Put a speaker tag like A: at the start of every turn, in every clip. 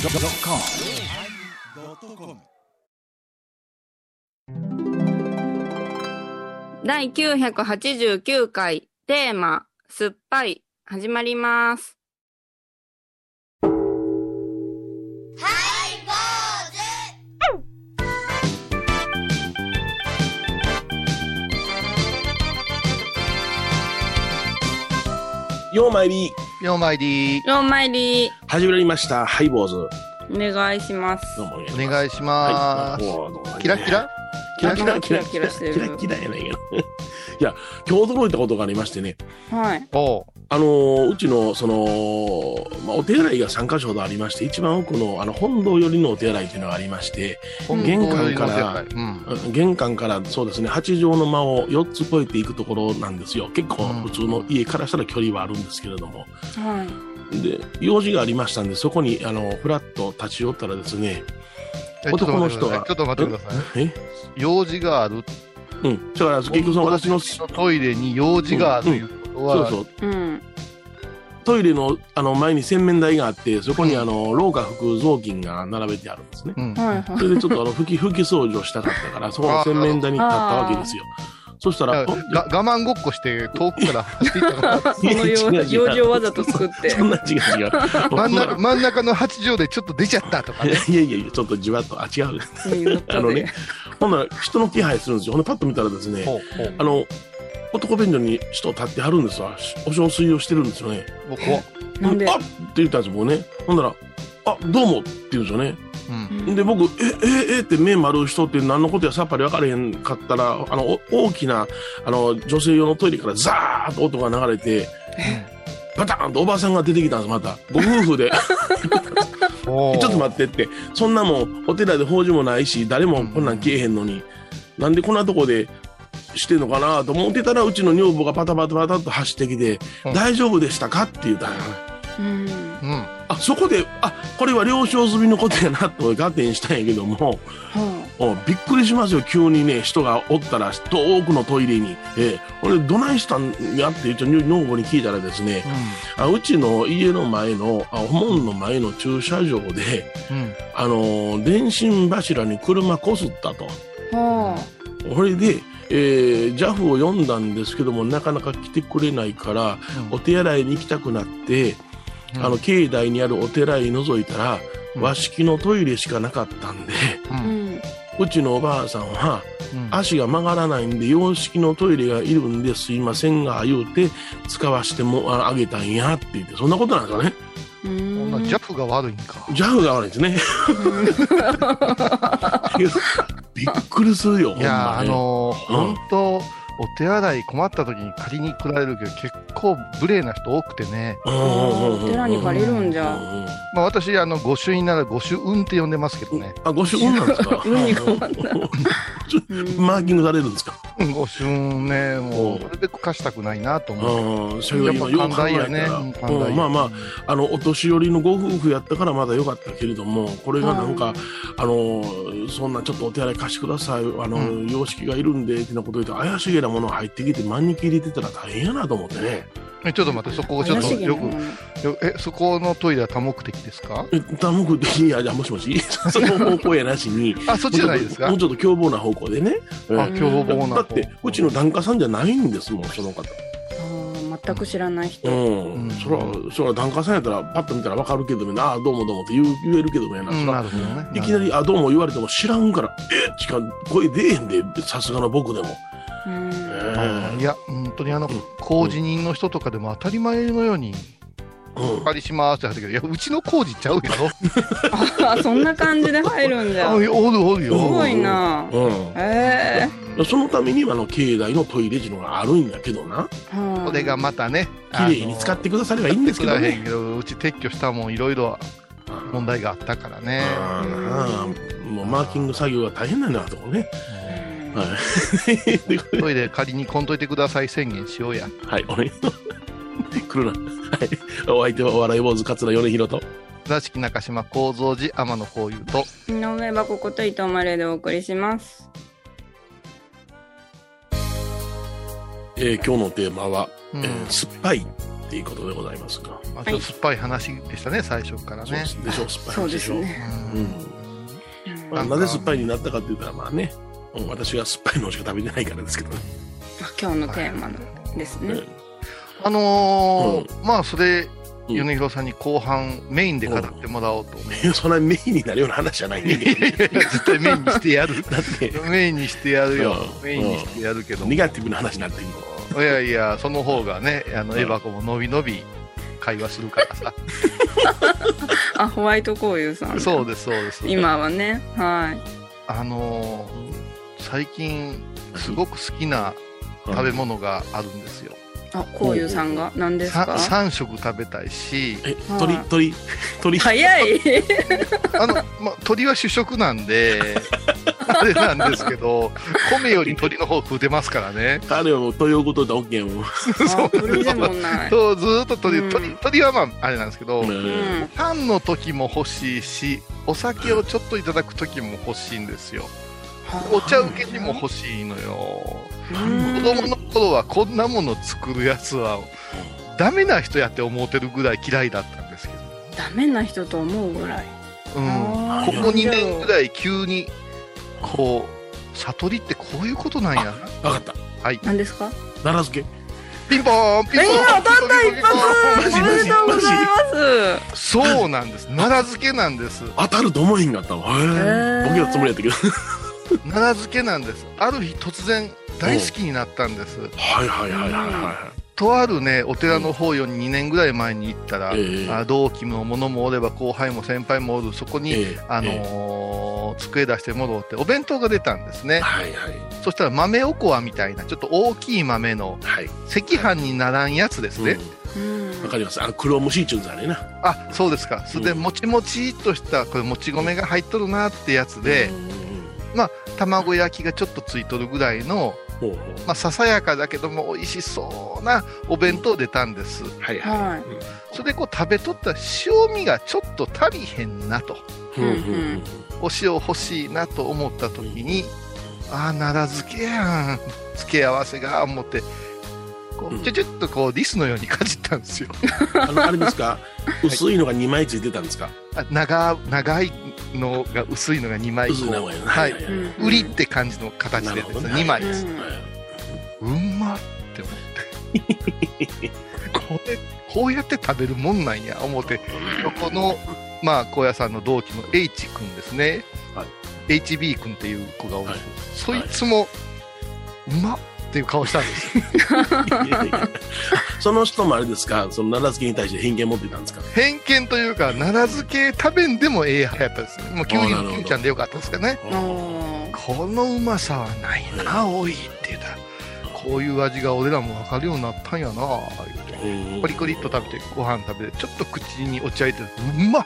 A: yosmir
B: 第989回テーマ「酸っぱい」始まります
C: ようまいり
D: ようまいり
B: ローマ入り
C: 始まりましたハイボーズ
B: お願いします
C: どうもお願い
D: お
C: します
D: 願いしま
C: は
D: す。
C: いどうもどうも
D: キラキラ
C: キラキラ
B: キ
C: キ
B: ラ
C: ラ
B: キ
C: キ
B: ラ
C: ラ
B: してる
C: キラキラやないけど いや今日驚いたことがありましてね
B: はい
D: おう
C: あのーうちのその、まあ、お手洗いが3箇所ほどありまして一番奥のあの本堂寄りのお手洗いというのがありまして
B: うん
C: 玄関か
D: お
C: ら
D: ううん。
C: うん玄関からそうですね8畳の間を4つ越えていくところなんですよ結構
D: うん
C: 普通の家からしたら距離はあるんですけれども
B: はい
C: で用事がありましたんでそこにあのフラッと立ち寄ったらですね
D: えちょっと
C: 男の
D: 待って
C: 人
D: くださ
C: が
D: いちょっと待ってください。
C: え
D: 用事がある。
C: うんだから結局その私の
D: のトイレに用事があるということは、
C: そうそう
B: うん
C: トイレのあの前に洗面台があってそこに
D: うん
C: あの廊下拭く雑巾が並べてあるんですね
D: うん
B: はいは
C: それでちょっとあの拭き拭き掃除をしたかったからそこの洗面台に立ったわけですよそしたら
D: だ
C: お
D: からが我慢ごっこして遠くから走ってい ったから
B: い そのよう用事をわざと作 って
C: そんな違う違う
D: 真ん中真ん中の8畳でちょっと出ちゃったとか
C: い
D: ね
C: や。いやいやいやちょっとじわっとあ違う
B: うん乗った
C: あの
B: で
C: ねほんなら人の気配するんですよほんでパッと見たらですね
D: ほうほう
C: あの男便所に人立ってはるんですわお浄水をしてるんですよね
D: もう怖っ
B: なんで
C: あっって言ったんです僕ねほんなら「あどうも」って言うんですよね
D: うん
C: で僕「えええって目丸う人って何のことやさっぱり分からへんかったらあのお大きなあの女性用のトイレからザーッと音が流れてバターンとおばさんが出てきたんですまたご夫 婦で
D: おう
C: ちょっと待ってってそんなもんお寺で法事もないし誰もこんなん消えへんのに、なんでこんなとこでしてんのかなと思ってたらうちの女房がパタパタパタっと走ってきて「
D: うん
C: 大丈夫でしたか?」って言うたんや
B: うん
D: うん。
C: あそこであこれは了承済みのことやなと合点したんやけども
B: は
C: おびっくりしますよ急にね人がおったら遠くのトイレに「ええ、俺どないしたんや?」って一応女房に聞いたらですねあうちの家の前のあ門の前の駐車場で、
D: うん。うん。
C: あのー電信柱に車こすったと
B: あはあ
C: それで、えー JAF を呼んだんですけどもなかなか来てくれないからお手洗いに行きたくなって、
D: うん
C: あの、境内にあるお寺へ覗いたら、
D: うん
C: 和式のトイレしかなかったんで
D: う。
B: うんん
C: うちのおばあさんは
D: うん
C: 足が曲がらないんで洋式のトイレがいるんですいませんが言うて使わしてもああげたんやって言ってそんなことなんですかね
B: う
D: こんなんジャフが悪いんか。
C: JAF が悪いです ねびっくりするよ
D: いや
C: ほんま
D: ー、あ
C: ね
D: のー、
C: うん
D: 本当、お手洗い困った時に借りに来られるけど、結構無礼な人多くてね、
C: うんうんうんうん
B: お寺に借りるんじゃ
C: うんうん
D: まあ、私、あの御朱印なら御朱運って呼んでますけどね、
C: あご主人なんですか
B: 運に困ったうん
C: マーキングされるんですか
D: 御朱印ね、
C: う
D: も
C: ん
D: うなるべく貸したくないなと思う。
C: うん所有
D: やっ
C: の
D: ぱ
C: よう
D: 寛
C: 考え
D: 大
C: た
D: やね
C: ら、
D: うん寛
C: う
D: 大
C: んまあまああのお年寄りのご夫婦やったからまだ良かったけれどもこれがなんか、
B: はい
C: あのそんなちょっとお手洗い貸してくださいあの、
D: う
C: 様式がいるんでってなこと言うと怪しげなもの入ってきて万に切れてたら大変やなと思ってね
D: えちょっと待って、そこをちょっと
B: 怪しげな
D: よく、よえ、そこのトイレは多目的ですか
C: え多目的にいやいやもしも しその方向やなしに
D: あ、そっちじゃないですか
C: もう。ちょっと凶暴な方向でね、え
D: あ、
C: え
D: 凶暴な方。
C: だってうちの檀家さんじゃないんですもんその方
B: ああ全く知らない人
C: うん、
D: うん
C: そらそら檀家さんやったらパッと見たら分かるけどもああどうもどうもって言う言えるけどもやな、
D: う
C: そ
D: ん、
C: ら
D: なるほどね。
C: いきなり、あ、どうも言われても知らんから、えしか声出えへんで、さすがの僕でも。
B: うん
C: え
D: うんい
C: え
D: や、本当にあの、工事人の人とかでも当たり前のように、
C: うん
D: お借りしますって入ったけど、いや、うちの工事ち ゃうやろ。
B: あそんな感じで入るんじゃ
D: あお
B: す
D: るおるよ。
B: ごいな
C: うん
B: え
C: そのためにはあの境内のトイレ時のがあるんやけどな
B: えー
D: これがまたね、
C: 綺麗に使ってくださればいいんですけ
D: あ
C: ど
D: の作らへ
C: ね
D: んけど、うち撤去したもん、いろいろ問題があったからね。
C: あーなあもうマーキング作業が大変なんだなとこねはいということで
D: トイレ仮にこんといてください宣言しようや。
C: はいお願いします来るなはいお相手はお笑い坊主桂米宏と
D: 座敷中島幸三寺天野幸雄と。
B: 井上はここと伊藤マレーでお送りします
C: えー今日のテーマは
D: うん
C: えー酸っぱいってっていうことでございますが。
D: まあ、ちょっと酸っぱい話でしたね、最初から
C: そう
D: ね
C: で。すでしょ、酸っぱい
B: そう
C: 話
B: で
C: でし
B: す
C: ょ。
B: ね。
D: う
C: うんんまあ
D: なんか
C: なぜ酸っぱいになったかって言ったら、まあね、うん私が酸っぱいのしか食べてないからですけどね。
B: あ今日のテーマのですね。
D: あのーまあ、それ、
C: うん
D: 米広さんに後半メインで語ってもらおうと思う。
C: うん そんなメインになるような話じゃないねんけどね
D: 絶対メインにしてやる。
C: だって、
D: メインにしてやるよ。
C: うん
D: メインにしてやるけど。
C: ネ
D: い
C: ガティブな話になってるの。
D: やいや、その方がね、あの、
C: うん
D: エバコものびのび会話するから さ。
B: あ、ホワイト紅葉さん。
D: そうです、そうです。。
B: 今はね、はい。
D: あのー最近、すごく好きな食べ物があるんですよ。
B: あ、紅葉さんが何ですか
D: 3食食べたいし、
C: え、鳥、鳥、鳥。
B: 早い
D: あ の、まあ、鳥は主食なんで、あれなんですけど、米より鳥の方食うてますからね。
C: あれをということだ、オッケーを。
B: あ、鳥でもない。
D: そう、ずーっと鳥、
B: うん
D: 鳥、鳥はまあ、あれなんですけど、
B: う
C: うん
B: ん。
D: パンの時も欲しいし、お酒をちょっといただく時も欲しいんですよ。お茶受けにも欲しいのよ。
B: うん
D: 子供の頃はこんなもの作るやつは、ダメな人やって思うてるぐらい嫌いだったんですけ
B: ダメな人と思うぐらい。
D: ど。うん。
B: あー
D: ここ2
B: なる
D: 年
B: ほ
D: ぐ
B: ど
D: らい急にこう悟りってこういうことなんやな
C: わかった。
D: はい
B: 何ですか
C: 奈良漬け。
D: ピンポーンピンポーン
B: えー当たった
D: ピンポーンピンポーン
C: マジ
B: お
C: マ
B: めで
C: ジ
B: とうございます。
D: そうなんです奈良漬けなんです
C: 当たると思えへんかったわ。へ
B: へー
C: え。僕らつもりやったけど。
D: 奈良漬けなんですある日突然大好きになったんです
C: はいはいはいはいは
D: とあるねお寺の法要に2年ぐらい前に行ったら、
C: ええ
D: あ同期の者もおれば後輩も先輩もおるそこ
C: い。
D: に、
C: ええ
D: あの
C: え
D: ー机出してもろうってお弁当が出たんです
C: え
D: ね
C: はいはい
D: そしたら豆おこわみたいなちょっと大きい豆の
C: はい。
D: 赤飯にならんやつですね、
C: うん
B: うん
C: わかります。あの黒虫いちゅうんざねな。
D: あそうですか、それで
C: うん
D: もちもちっとしたこれもち米が入っとるなってやつで、卵焼きがちょっとついとるぐらいの、
C: ほうほう。
D: まあ、ささやかだけども美味しそうなお弁当出たんです
C: はい
B: はい
C: い。
D: それでこう食べとったら塩味がちょっと足りへんなと
C: うんうんうん
D: お塩欲しいなと思った時に、ああ奈良漬けやん付け合わせが思ってこ
C: う
D: うんちょちょっとこうリスのようにかじったんですよ
C: あのあれですか。薄いのが二枚ついてたんですか。
D: あ長長いのが薄いのが2枚こう
C: 薄い名前の。
D: はい
C: はいはい
D: 売りって感じの形でですね、
C: なるほどね
D: 2枚
B: う
D: です、
B: ん
D: うん、まって思ってこれこうやって食べるもんなんや思ってこのまあ高野山の同期の H 君ですね、
C: は
D: HB 君っていう子がおる、
C: はい
D: そいつも、うまっっていう顔した んですよ
C: いやいや その人もあれですか。その奈良漬けに対して偏見持ってたんですか。
D: 偏見というか奈良漬け食べんでもええ派やったですねもうキュウ
C: あ
D: リ
C: ーなる
D: の
C: ほど
D: キュウちゃんでよかったですかね
B: おー
D: このうまさはないな多いって言ったらこういう味が俺らも分かるようになったんやな言うてコリコリっと食べてご飯食べてちょっと口に落ち合いてうまっ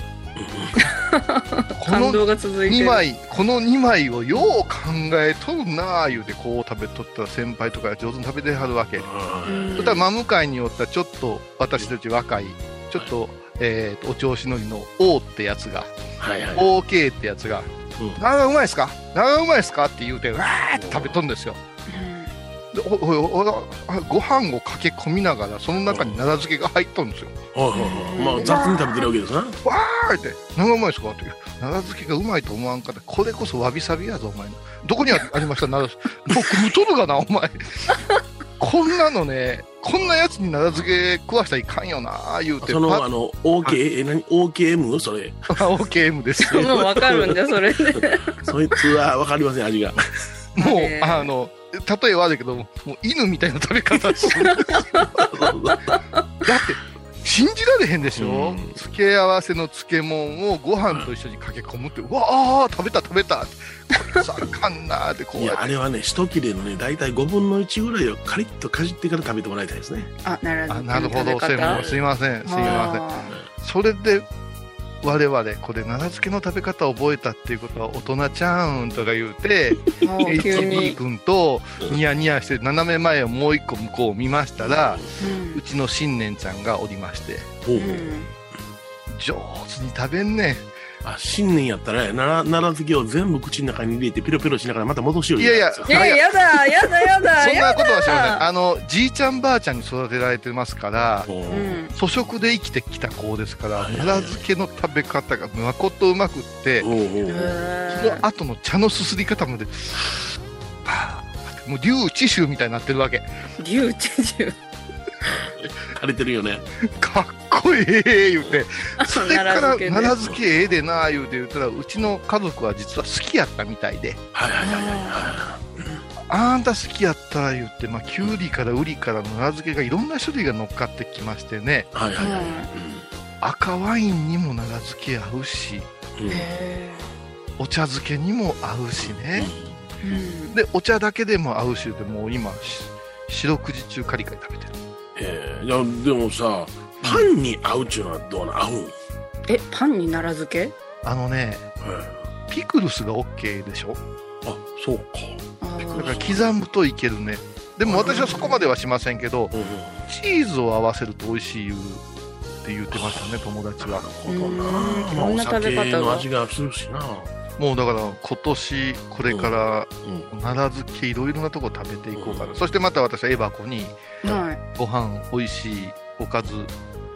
D: こ
B: 感
D: の
B: 動が続いて
D: 2
B: る。
D: 枚この2枚をよう考えとるなあ言うてこう食べとったら先輩とかが上手に食べてはるわけ、
B: うん
D: そしたら真向かいにおったちょっと私たち若いちょっと,、えーとお調子乗りの王ってやつが
C: はいはい。
D: OK ってやつが
C: うん
D: 「ああうまいっすかああうまいっすか?」って言うてわーって食べとるんですよでおおおおあご飯をかけ込みながらその中に奈良漬けが入っとるんですよ
C: はいはいはい。まあ雑に食べてるわけですな。
D: あえて「長うまいですか?」って言う奈良漬けがうまいと思わんかったこれこそわびさびやぞお前どこにあありました奈良漬けもう食うとるがなお前 こんなのねこんなやつに奈良漬け食わしたらいかんよな言うて
C: その
D: パ
C: あ
D: ッ
C: の OK え何 OKM それ。
D: OKM です
B: もうわかるんだそれで。
C: そいつはわかりません味 が。
D: もう
B: へー
D: あの例え悪いけどもう犬みたいな食べ方して るだって信じられへんでしょ、
C: うん
D: 付け合わせの漬物をご飯と一緒にかけ込むって、うわあ食べた食べたこれさあかんなーってこう
C: い
D: やっ
C: や
D: て
C: あれはね一切れのね大体5分の1ぐらいをカリッとかじってから食べてもらいたいですね
B: あ、なるほ
D: あ
B: ど。
D: なるほど、
B: 食
D: 専
B: べ
D: 門
B: 方
D: すいません、すいま
B: あ
D: せん。それで、我々、これ、奈良漬けの食べ方を覚えたっていうことは、大人ちゃうんとか言う て、
B: ーもう急
D: HB
B: に。
D: 君とニヤニヤして、斜め前をもう一個向こうを見ましたら、うちの新年ちゃんがおりまして、
C: ほう
B: うんうん
D: 上手に食べんね
C: あ新年やったら奈良奈良漬けを全部口の中に入れてペロペロしながらまた戻しよう
D: いやいや
C: じゃ
B: え
C: ない
D: は
C: で
D: い
B: やだ、やだ、やだ。
D: そんなことは知ら
B: や
D: な
B: だ
D: い。あの、じいちゃんばあちゃんに育てられてますから、
C: すか
B: う
C: うん
B: ん。
D: 粗食で生きてきた子ですから、
C: はいはいはい
D: 奈良漬けの食べ方がまことうまくって、
C: おうおうお
B: へ
C: う
D: そ
B: ー
D: の後の茶のすすり方まで、はぁもう竜知州みたいになってるわけ。
B: 竜チェジュ。
C: 枯れてるよね
D: かっこええ言うて、それから
B: 奈良漬けね
D: 奈良漬けええでなあ言うて言ったら、うちの家族は実は好きやったみたいで、
C: はいはいはいはい
D: あんた好きやったら言って、まあ、きゅうりからうりから奈良漬けがいろんな種類が乗っかってきましてね、
C: はいはいはいはい
D: 赤ワインにも奈良漬け合うし、
C: うんうん
B: へ
D: お茶漬けにも合うしね。
B: ーうん
D: でお茶だけでも合うしでもう今し四六時中カリカリ食べてる
C: えーいやでもさパンに合うっちゅうのはどうな合うん、はい
B: え、パンに奈良漬け
D: あのねピクルスが OK でしょ
C: あそうか
B: あ
D: だから
B: ー
D: 刻むといけるねでも私はそこまではしませんけど
C: うんうん
D: チーズを合わせると美味しいって言ってましたね友達
C: な
D: は
C: る
B: う
C: ほどな
B: ん
C: まあ
B: いろん
C: お
B: な食べ
C: 酒
B: 方が
C: の味がするしな
D: もうだから今年これから
C: うん
D: 奈良漬けいろいろなとこ食べていこうか
C: う
D: なんそしてまた私はエバコに
B: はい。
D: ご飯美味しいおかず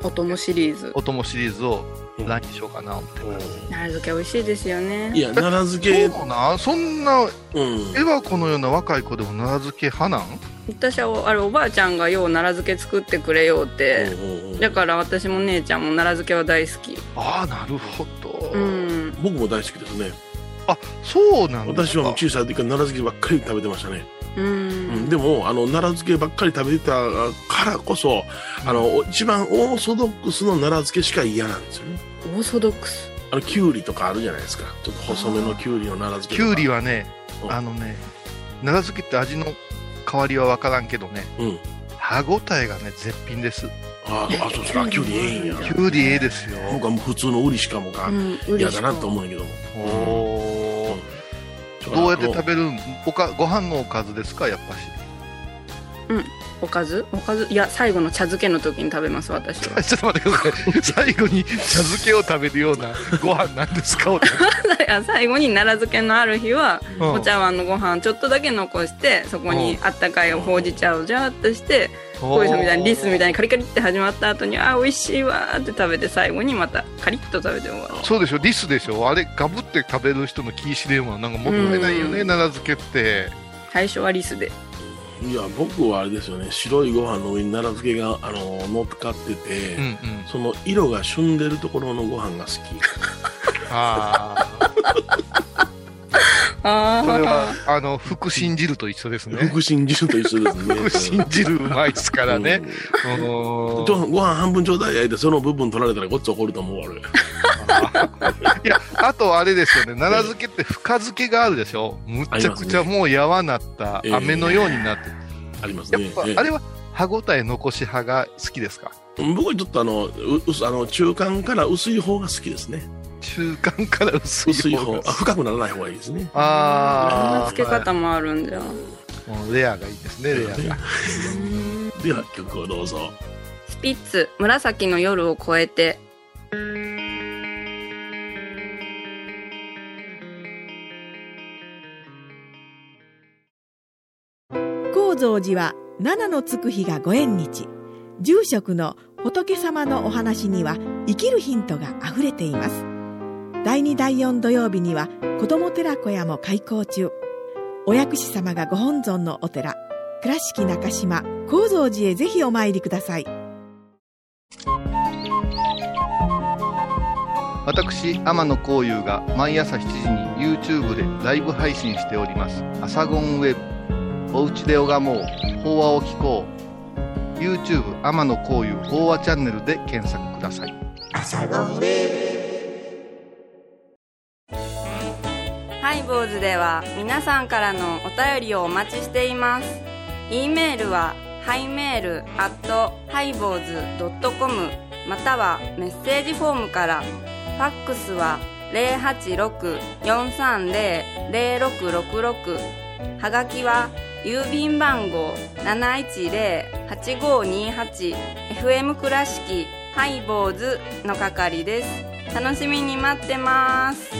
B: お供シリーズ。
D: お供シリーズを来にしようかな思ってます
B: 奈良漬け美味しいですよね。
C: いや奈良漬け
D: そうなそんな
C: うん
D: エバコのような若い子でも奈良漬け派なん
B: 私はあれおばあちゃんがよう奈良漬け作ってくれようって、
C: うんうんうん
B: だから私も姉ちゃんも奈良漬けは大好き
D: ああなるほど、
B: うん
C: 僕も大好きですね
D: あそうなんだ
C: 私はもう小さい時から奈良漬けばっかり食べてましたね、
B: う
C: うん、
B: ん
C: でもあの奈良漬けばっかり食べてたからこそあの一番オーソドックスの奈良漬けしか嫌なんですよね
B: オーソドックス
C: あのきゅうりとかあるじゃないですかちょっと細めのきゅうりの奈良漬け
D: きゅうり
C: は
D: はね
C: うん
D: あのね奈良漬けって味の変わりは分からんけどね
C: うん
D: 歯ごたえがね絶品です
C: ああそうそうあきゅうりええんや
D: きゅうりええですよ
C: 僕はもう普通のウリしかもが
B: うん
C: 嫌だなと思うんやけども
D: おー
C: ちょ
D: どうやって
C: あの
D: 食べるんおかご飯のおかずですかやっぱし
B: おかずおかずいや最後の茶漬けの時に食べます私は
D: ちょっと待ってください 最後に茶漬けを食べるようなご飯なんですかお茶
B: いや最後に奈良漬けのある日は
D: うん
B: お茶碗のご飯ちょっとだけ残してそこにあったかいほうじ茶をジャーっとしてこういうのみたいにリスみたいにカリカリって始まった後にあー美味しいわーって食べて最後にまたカリッと食べて終わる
D: そうでしょリスでしょあれガブって食べる人の気石でもなんかもったいないよね、
B: うん
D: 奈良漬けって
B: 最初はリスで
C: いや僕はあれですよね白いご飯の上に奈良漬けがあの乗っかってて、
D: うんうん
C: その色が旬でるところのご飯が好き
D: あ
B: あ
D: あそれ
B: あ
D: はあの福神汁と一緒ですね
C: 福神汁と一緒ですね。
D: 福神汁うまいっすからね、う
C: うん。
D: ん
C: とご飯半分ちょうだい焼いてその部分取られたらごっつ怒ると思うわ 俺。
D: いやあとあれですよね奈良漬けって深漬けがあるでしょむちゃくちゃもうやわなった
C: ありますね
D: 飴のようになって、
C: ありますね。
D: やっぱ、
C: ええ
D: あれは歯ごたえ残し派が好きですか
C: 僕はちょっとあのう薄あの中間から薄い方が好きですね。
D: 中間から薄
C: 薄
D: い
C: い
D: 方
C: 方
D: が
C: あ深くならない方がいいですね。
B: あん
D: あ
B: な
D: あ
B: つけ方もあるんじゃん。
D: もうレアがいいですねレアが
C: では曲をどうぞ。
B: スピッツ紫の夜を越えて。
A: 高蔵寺は七のつく日がご縁日住職の仏様のお話には生きるヒントがあふれています第2第4土曜日には子ども寺小屋も開校中お薬師様がご本尊のお寺倉敷中島・高蔵寺へぜひお参りください
D: 私天野幸雄が毎朝7時に YouTube でライブ配信しております「アサゴンウェブ」「おうちで拝もう法話を聞こう」YouTube 天野幸雄法話チャンネルで検索ください
B: ハイボーズでは皆さんからのお便りをお待ちしています。e メールはハイメールアットハイボーズドットコムまたはメッセージフォームから。ファックスは086-430-0666はがきは郵便番号710-8528 FM 倉敷ハイボーズの係です。楽しみに待ってます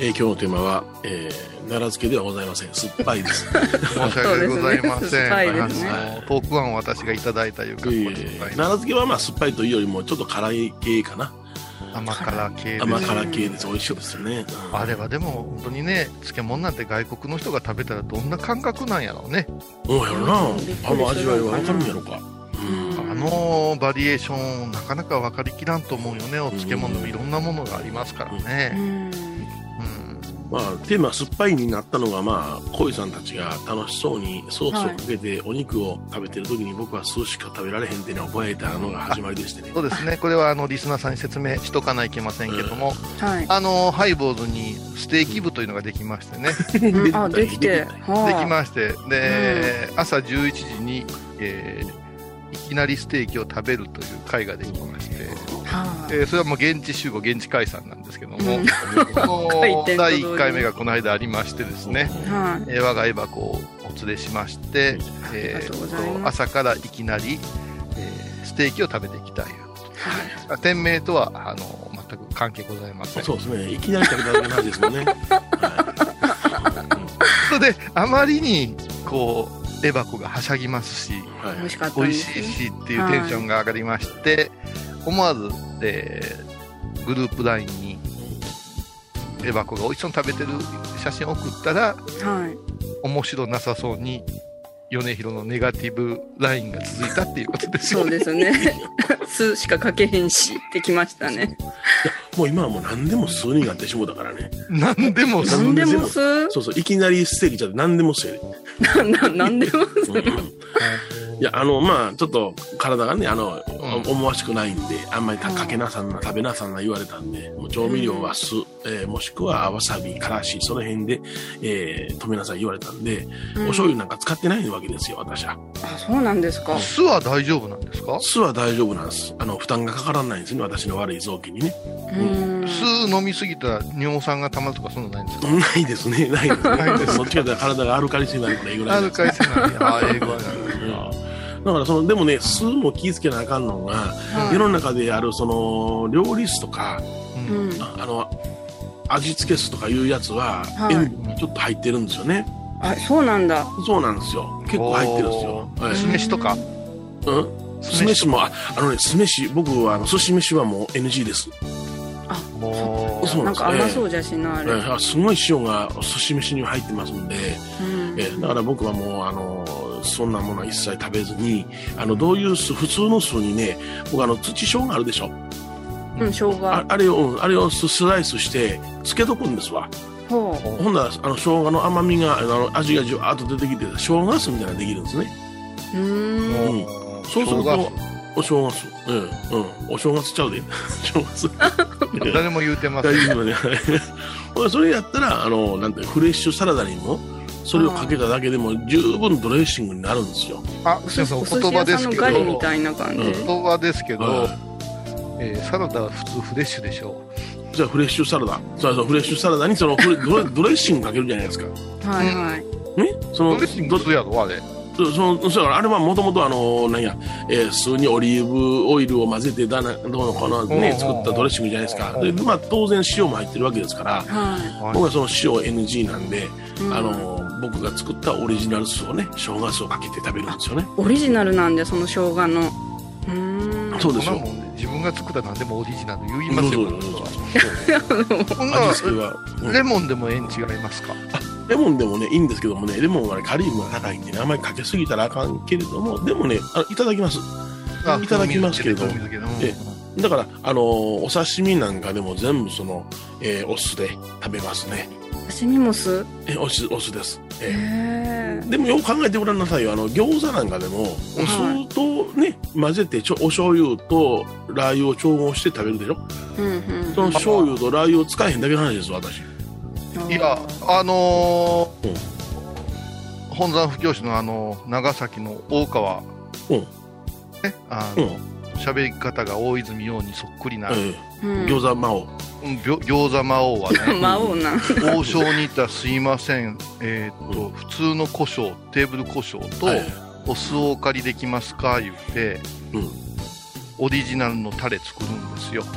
C: えー今日のテーマは、えー、奈良漬けではございません。酸っぱい です。
D: 申し訳ございませ
B: そ
D: ん。
B: う
C: ですね
D: あのトークワンを私がいただいたいう格
C: いえい
D: 好
C: え
D: でござ
C: 奈
D: い
C: 良
D: ます。
C: 漬けはまあ酸っぱいというよりもちょっと辛い系かな。
D: 甘辛系です。
C: 甘辛系です。美味しいですよね。うん
D: あれはでも本当にね、漬物なんて外国の人が食べたらどんな感覚なんやろうね。
C: うんやろな。
B: うんびっくりする
C: あの味わいはわかるんやろか。うん。
D: あのバリエーション、なかなか分かりきらんと思うよね。お漬物でもいろんなものがありますからね。うん。
C: まあ、テーマ、酸っぱいになったのが、まあ、恋さんたちが楽しそうにソースをかけてお肉を食べてる時に僕は酢しか食べられへんっていうのを覚えたのが始まりでしてね。
D: そうですね。これはあの、リスナーさんに説明しとかないといけませんけども、
B: はい
D: あの、ハイボーズにステーキ部というのができましてね。
B: うんあできて
D: で
B: は
D: き
B: い
D: まして、で、朝11時に、えーいきなりステーキを食べるという会ができまして、
B: はい
D: えーそれはもう現地集合、現地解散なんですけど も、
B: うん
D: この
B: 回転と同時
D: 第1回目がこの間ありましてですね、
B: はい
D: えー我がエバコをお連れしまして、
B: あ
D: え
B: りがとうございます
D: ー朝からいきなり、えーステーキを食べていきたい。店名とはあの全く関係ございません。
C: そうですね。いきなり食べただけの話ですもんね。 は
D: それであまりにこうエバコがはしゃぎますし、
C: い。
B: 美
C: は
B: 味
C: い。
B: しかった
D: 美
B: で
D: 味
B: す
D: しいしっていうテンションが上がりまして、思わず、えーグループ LINE にエバコが美味しそうに食べてる写真を送った
B: は
D: ら
B: い
D: 面白なさそうに米広のネガティブ LINE が続いたっていうことです
B: そ
D: よ
B: うですね酢しかかけへんしってきましたね
C: もう今はもう何でも酢になってしもうたからね。
D: 何でも
C: な
B: なんん
C: で
B: で
C: も
B: も酢
C: そうそう、いきなりステーキちゃって何でも酢やで。
B: なななんでも
C: う
B: 酢
C: んうんいや、あの、まあ、ちょっと体がね、あの、
D: ん
C: 思わしくないんで、あんまりた
B: うん
C: かけなさんな、食べなさんな言われたんで、もう調味料は酢、えーもしくはわさび、からし、その辺で、えー止めなさい言われたんで、お醤油なんか使ってないわけですよ、私は。
B: あそうなんですか
D: 酢は大丈夫なんですか
C: 酢は大丈夫なんです。あの、負担がかからないんですね、私の悪い臓器にね。
B: うん
D: 酢飲みすぎたら尿酸が溜まるとかそんなのないんですか
C: ないですね、ないです
D: ないです
C: ね。そっちかというと体がアルカリ性になるからいいぐら
D: あ
C: いなん
D: る
C: です
D: 回線なんやあー英語は
C: うんだからそのでもね酢も気ぃつけなあかんのが、
B: はい
C: 世の中であるその料理酢とか
D: う
B: う
D: ん
B: ん
C: ああの味付け酢とかいうやつは、
B: はい
C: 塩分がちょっと入ってるんですよね
B: あそうなんだ
C: そうなんですよ結構入ってるんですよ
D: おー
C: はい
D: 酢飯とか
C: うん酢飯もああのね酢飯僕はあの寿司飯はもう NG です、
D: も
C: そう
B: なんん
C: なです
B: か甘そうじゃしなあれ、
C: ええあすごい塩が寿司飯には入ってますんで、
B: うん
C: ええだから僕はもうあのそんなものは一切食べずにあのどういう酢普通の酢にね僕あの土生姜あるでしょ
B: うん生姜
C: ああれを、うんあれをススライスして、漬けとくんですわ。
B: ほ
D: う
C: ほんなら、あの、生姜の甘みが、あの、味がじゅわーっと出てきて、生姜酢みたいなのができるんですね。
B: ううーん
C: うんそうする
D: 生
C: と、お生姜酢。ええうん。お正月ちゃうで。 生姜 酢。
D: 姜誰も言うてません
C: 大丈夫ね。 ほんでそれやったら、あの、なんていうフレッシュサラダにも、それをかけただけでも十分ドレッシングになるんですよ。
D: あ、
B: お
D: す
B: 寿
D: みません、
B: 司
D: お言葉
B: 屋
D: で
B: さん
D: す
B: の
D: け
B: ガリみ
D: ど、
B: たいな感じ、
C: うん
D: 言葉ですけど
C: は、
D: えーサラダは普通フレッシュでしょ
C: じゃあフレッシュサラダ。そうそう、フレッシュサラダにそのフレドレドレッシングかけるじゃないですか。ね
B: はいはい、
C: その
D: う。ドレッシング普通やろ、あれ。
C: そうそのそうやからあれはもともとあのなんや、えー、酢にオリーブオイルを混ぜてだなどうのこのね
D: うん
C: 作ったドレッシングじゃないですか
D: うん
C: で、まあ、当然塩も入ってるわけですから
B: は
D: はい
C: 僕はその塩 NG なんで、
B: い、うん
C: あの僕が作ったオリジナル酢をね生姜酢をかけて食べるんですよね
B: オリジナルなんでその生姜のうーん
C: そうで
D: こん
C: す
D: な
C: よ
D: もんね自分が作ったなんでもオリジナル言い
C: そ
D: ま
C: う
D: す
C: そ
D: よ
C: うそうそう。
D: こんな
C: 味付けは、うん
D: レモンでもええん違いますか。
C: レモンでもねいいんですけどもねレモンはねカリウムが高いんでねあんまりかけすぎたらあかんけれどもでもねあのいただきます
D: あ
C: いただきますけど
D: 風味付け
C: えだからあのお刺身なんかでも全部その、えーお酢で食べますね
B: 刺身も酢
C: えお酢お酢です、
B: へ
C: え
B: え
C: えでもよく考えてごらんなさいよあの餃子なんかでもお
B: は
C: 酢とね、混ぜてちょお醤油とラー油を調合して食べるでしょ
B: うんうん
C: その醤油とラー油を使えへんだけの話です私
D: うんいや、あのー
C: うん
D: 本山布教師のあの長崎の大川
C: うん
D: ね、あ
C: う
D: の、
C: ん、
D: 喋り方が大泉洋にそっくりな、
C: え
B: うん
C: え、餃子魔王、
D: うんぎょ餃子魔王は ね、
B: 魔王なん。
D: 王将にいたらすいません、えーっと、普通の胡椒、テーブル胡椒と、
C: はい
D: お酢をお借りできますか言って、
C: うん
D: オリジナルのタレ作るんですよ。
B: 酢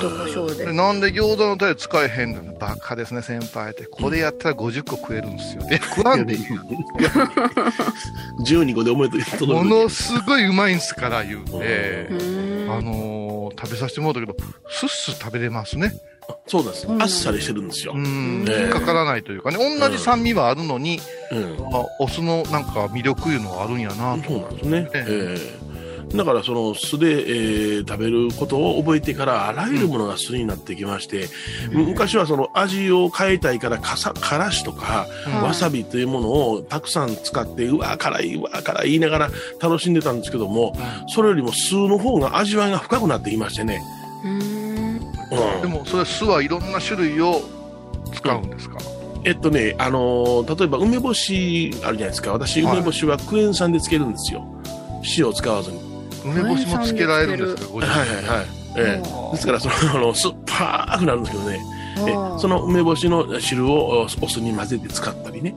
B: と胡椒
D: で
B: で。
D: なんで餃子のタレ使えへんのバカですね、先輩って。これやったら50個食えるんですよ。え、食わんで いいよ。
C: 12個で思いつき
D: も
C: 届く
D: のすごいうまいんすから言うて
B: う、ーん
D: あのー食べさせてもらったけど、スッスッ食べれますね。
C: そうなんです
B: うん
C: あっさりしてるんですよ
D: う、ん、
C: ね
D: 引っかからないというかね、同じ酸味はあるのに、
C: うん
D: まあお酢のなんか魅力いうのはあるんやなと。
C: そうなんですね、
D: え
C: ええだからその酢で、えー食べることを覚えてからあらゆるものが酢になってきまして、昔はその味を変えたいからかさからしとか、
B: うん
C: わさびというものをたくさん使ってうわー辛いうわー辛い言いながら楽しんでたんですけどもそれよりも酢の方が味わいが深くなってきましてね、
B: うーん
D: で
C: うん、
D: も、それ酢はいろんな種類を使うんですか、
C: えっとね、あのー例えば梅干しあるじゃないですか私
D: はい
C: 梅干しはクエン酸でつけるんですよ塩を使わずに
D: 梅干しもつけられるんですか、ご
C: はい
D: 自
C: は
D: 身
C: い
D: で
C: はい、ええですからそのあの酸っぱくなるんですけどね
B: あ
C: え
B: ー
C: その梅干しの汁をおお酢に混ぜて使ったりね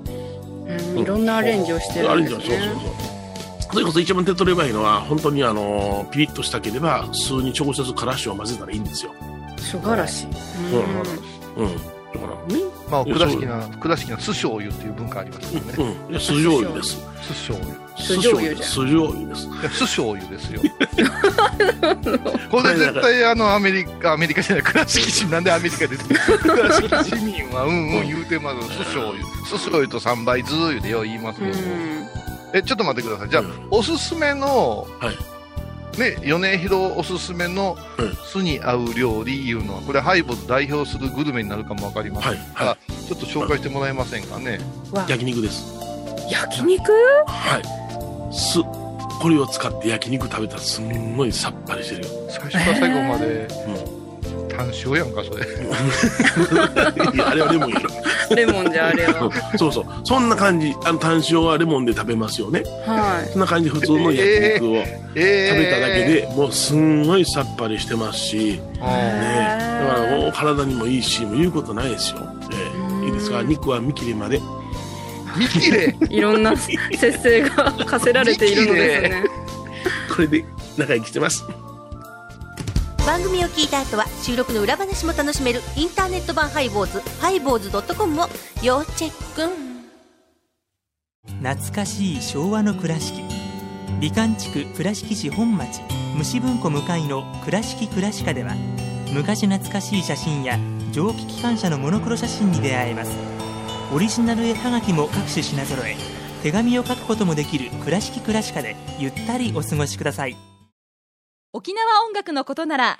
B: うんいろんなアレンジをして
C: あ
B: るんで
C: れじゃん
B: す
C: そうそう
B: ね。
C: そうそれこそ一番手っ取り早いのは本当にあのピリッとしたければ酢に直接からしを混ぜたらいいんですよ
B: 素晴らしい。
C: そう
B: うん
C: うんだからね
D: まあ、倉敷な、倉敷な酢醤油っていう文化ありますよね。
C: うんいや酢醤油です
D: 酢醤油。
C: 酢
B: 酢
C: 醤
B: 醤
C: 油
B: 油
C: で
B: じゃん
C: す酢醤油です
D: いや酢醤油です よ。これ絶対あのアメリカ、アメリカじゃない、倉敷市民、なんでアメリ カ出てくる倉敷市民はうんうん言うてます。酢醤油。酢醤油と三倍ずー言うてよう言いますけど、え、ちょっと待ってください。じゃあ、
C: うん
D: おすすめの、
C: は
D: ね、米広おすすめの
C: うん
D: 酢に合う料理いうのは、これハイボーズ代表するグルメになるかもわかりません。
C: はいは
D: ちょっと紹介してもらえませんかね。
B: うわ
C: い焼肉です
B: 焼肉
C: はい酢これを使って焼肉食べたらすんごいさっぱりしてるよ
D: 最初から最後まで、単勝やんか、それ。
C: いやあれはレモンやろ
B: レモンじゃあれは。
C: そうそうそんな感じあの単塩はレモンで食べますよね
B: はい。
C: そんな感じで普通の焼肉を食
D: 食べ
C: べただけで、もうすんごいさっぱりしてますし、ね、
D: あ
C: だ
B: へー
C: からもう体にもいいしもう言うことないですよ、え
B: う
C: え
B: ん
C: いいですか肉は見切りまで
D: ー見切れ
B: いろんな節制が課せられているのですね。
C: これで仲良くし てます
E: 番組を聞いた後は収録の裏話も楽しめるインターネット版ハイボーズハイボーズドットコムを要チェック
F: 懐かしい昭和の倉敷美観地区倉敷市本町虫文庫向かいの「倉敷倉敷科」では昔懐かしい写真や蒸気機関車のモノクロ写真に出会えますオリジナル絵はがきも各種品揃え手紙を書くこともできる「倉敷倉敷科」でゆったりお過ごしください
G: 沖縄音楽のことなら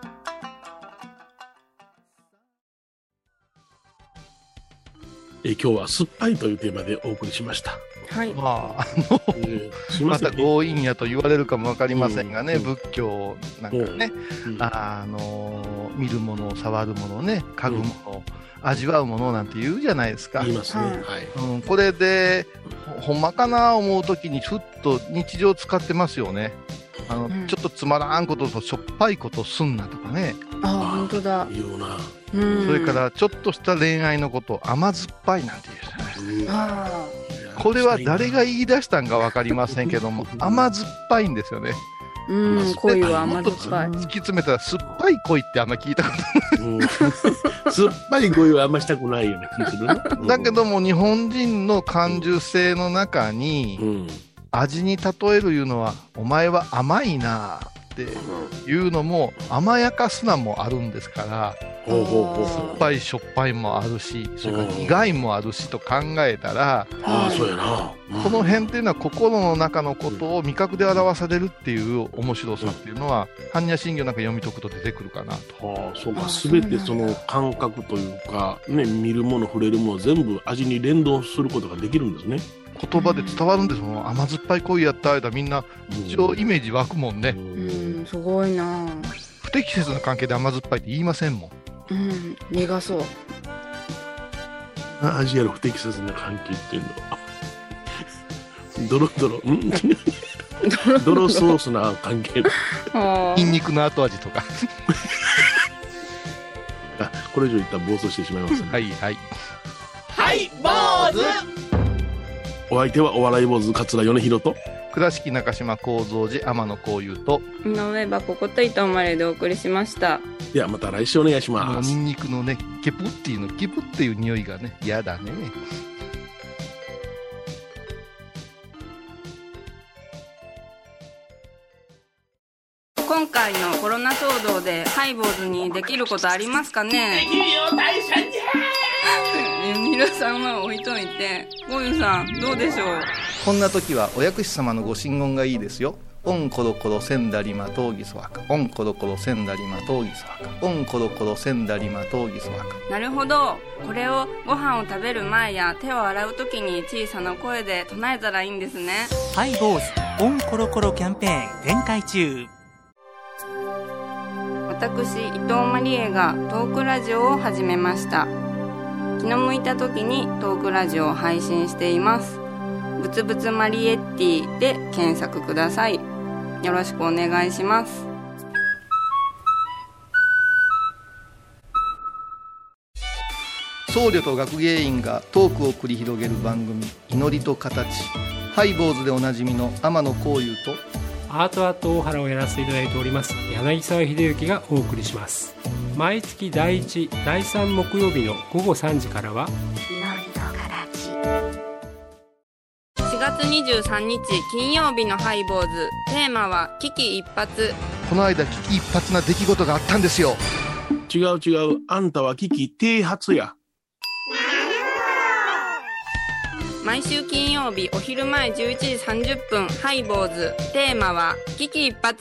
C: ええ今日は酸っぱいというテーマでお送りしました、
B: はい。
D: まあ、
C: ええすいま
D: ま
C: せん
D: た
C: ね
D: 強引やと言われるかもわかりませんがね、
C: うん
D: 仏教なんかね、
C: うん
D: あのー見るもの、触るものね、嗅ぐもの、味わうものなんて言うじゃないですか。
C: 言いますね
B: はい
C: はい
D: うん、これで、ほほんまかな思うときに、ふっと日常使ってますよね。あの、
B: ん
D: ちょっとつまらんことと、しょっぱいことすんなとかね、
B: ああ、本当だ。
C: 言うな、
B: うん
D: それか。らちょっとした恋愛のこと、甘酸っぱいなんて言うじゃないですか。
C: うん
B: あ
D: これは誰が言い出したんか分かりませんけども甘酸っぱいんですよね
B: あ。うん。恋は甘酸っぱい。
D: 突き詰めたら酸っぱい恋ってあんま聞いたこ
C: うん 酸っぱい声はあんましたくないような気がするな、
D: とだけども日本人の感受性の中
C: う
D: に
C: ん、
D: 味に例えるいうのはお前は甘いなあっていうのも甘やかすなもあるんですから
C: ほうほうほう
G: あ
C: ほ
G: ー
C: う
D: っぱいしょっぱいもあるしそれから
C: うん
D: 苦いもあるしと考えたら
C: ああそうやな、うん
D: この辺っていうのは心の中のことを味覚で表されるっていう面白さっていうのは般若心経なんか読み解くと出てくるかなと。
C: ああそうか
G: あそう
C: 全てその感覚というか、ね、見るもの触れるもの全部味に連動することができるんですね。
D: 言葉で伝わるんですもん甘酸っぱい恋やった間みんな一応イメージ湧くもんね
B: うんすごいな
D: 不適切な関係で甘酸っぱいって言いませんもん
B: うん苦そう
C: アジアの不適切な関係っていうのはドロドロんドロソースな関係
B: あ
D: ニンニクの後味とか
C: あこれ以上言ったら暴走してしまいますね、
D: はいはい
C: お相手はお笑い坊主桂米宏と
D: 倉敷中島幸三寺天野幸雄と
B: 井上はここと伊藤まれでお送りしました
C: ではまた来週お願いし
D: も
C: ま
D: う
C: す
D: ニンニクのねケプっていうのケプっていう匂いがね嫌だね
B: 今回のコロナ騒動でハイボーズにできることありますかねできるよ大社に皆さんは置いといてゴユさんどうでしょう
D: こんな時はお薬師様のご神言がいいですよ。オンコロコロセンダリマトーギソワカ。オンコロコロセンダリマトーギソワカ。オンコロコロセンダリマトーギソワカ。
B: なるほどこれをご飯を食べる前や手を洗う時に小さな声で唱えたらいいんですね
F: ハイボーズオンコロコロキャンペーン展開中
B: 私伊藤マリエがトークラジオを始めました気の向いた時にトークラジオを配信していますぶつぶつマリエッティで検索くださいよろしくお願いします
D: 僧侶と学芸員がトークを繰り広げる番組「祈りと形」ハイ坊主でおなじみの天野幸雄と
H: アートアート大原をやらせていただいております柳沢秀幸がお送りします毎月第1第3木曜日の午後3時からは
B: 4月23日金曜日のハイボーズテーマは危機一髪
D: この間危機一髪な出来事があったんですよ
C: 違う違うあんたは危機剃髪や
B: 毎週金曜日お昼前11時30分ハイボーズテーマは危機一髪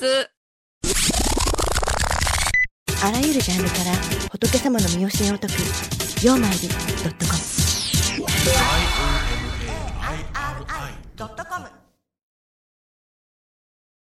E: あらゆるジャンルから仏様の身教えを解く「曜マイルドットコム」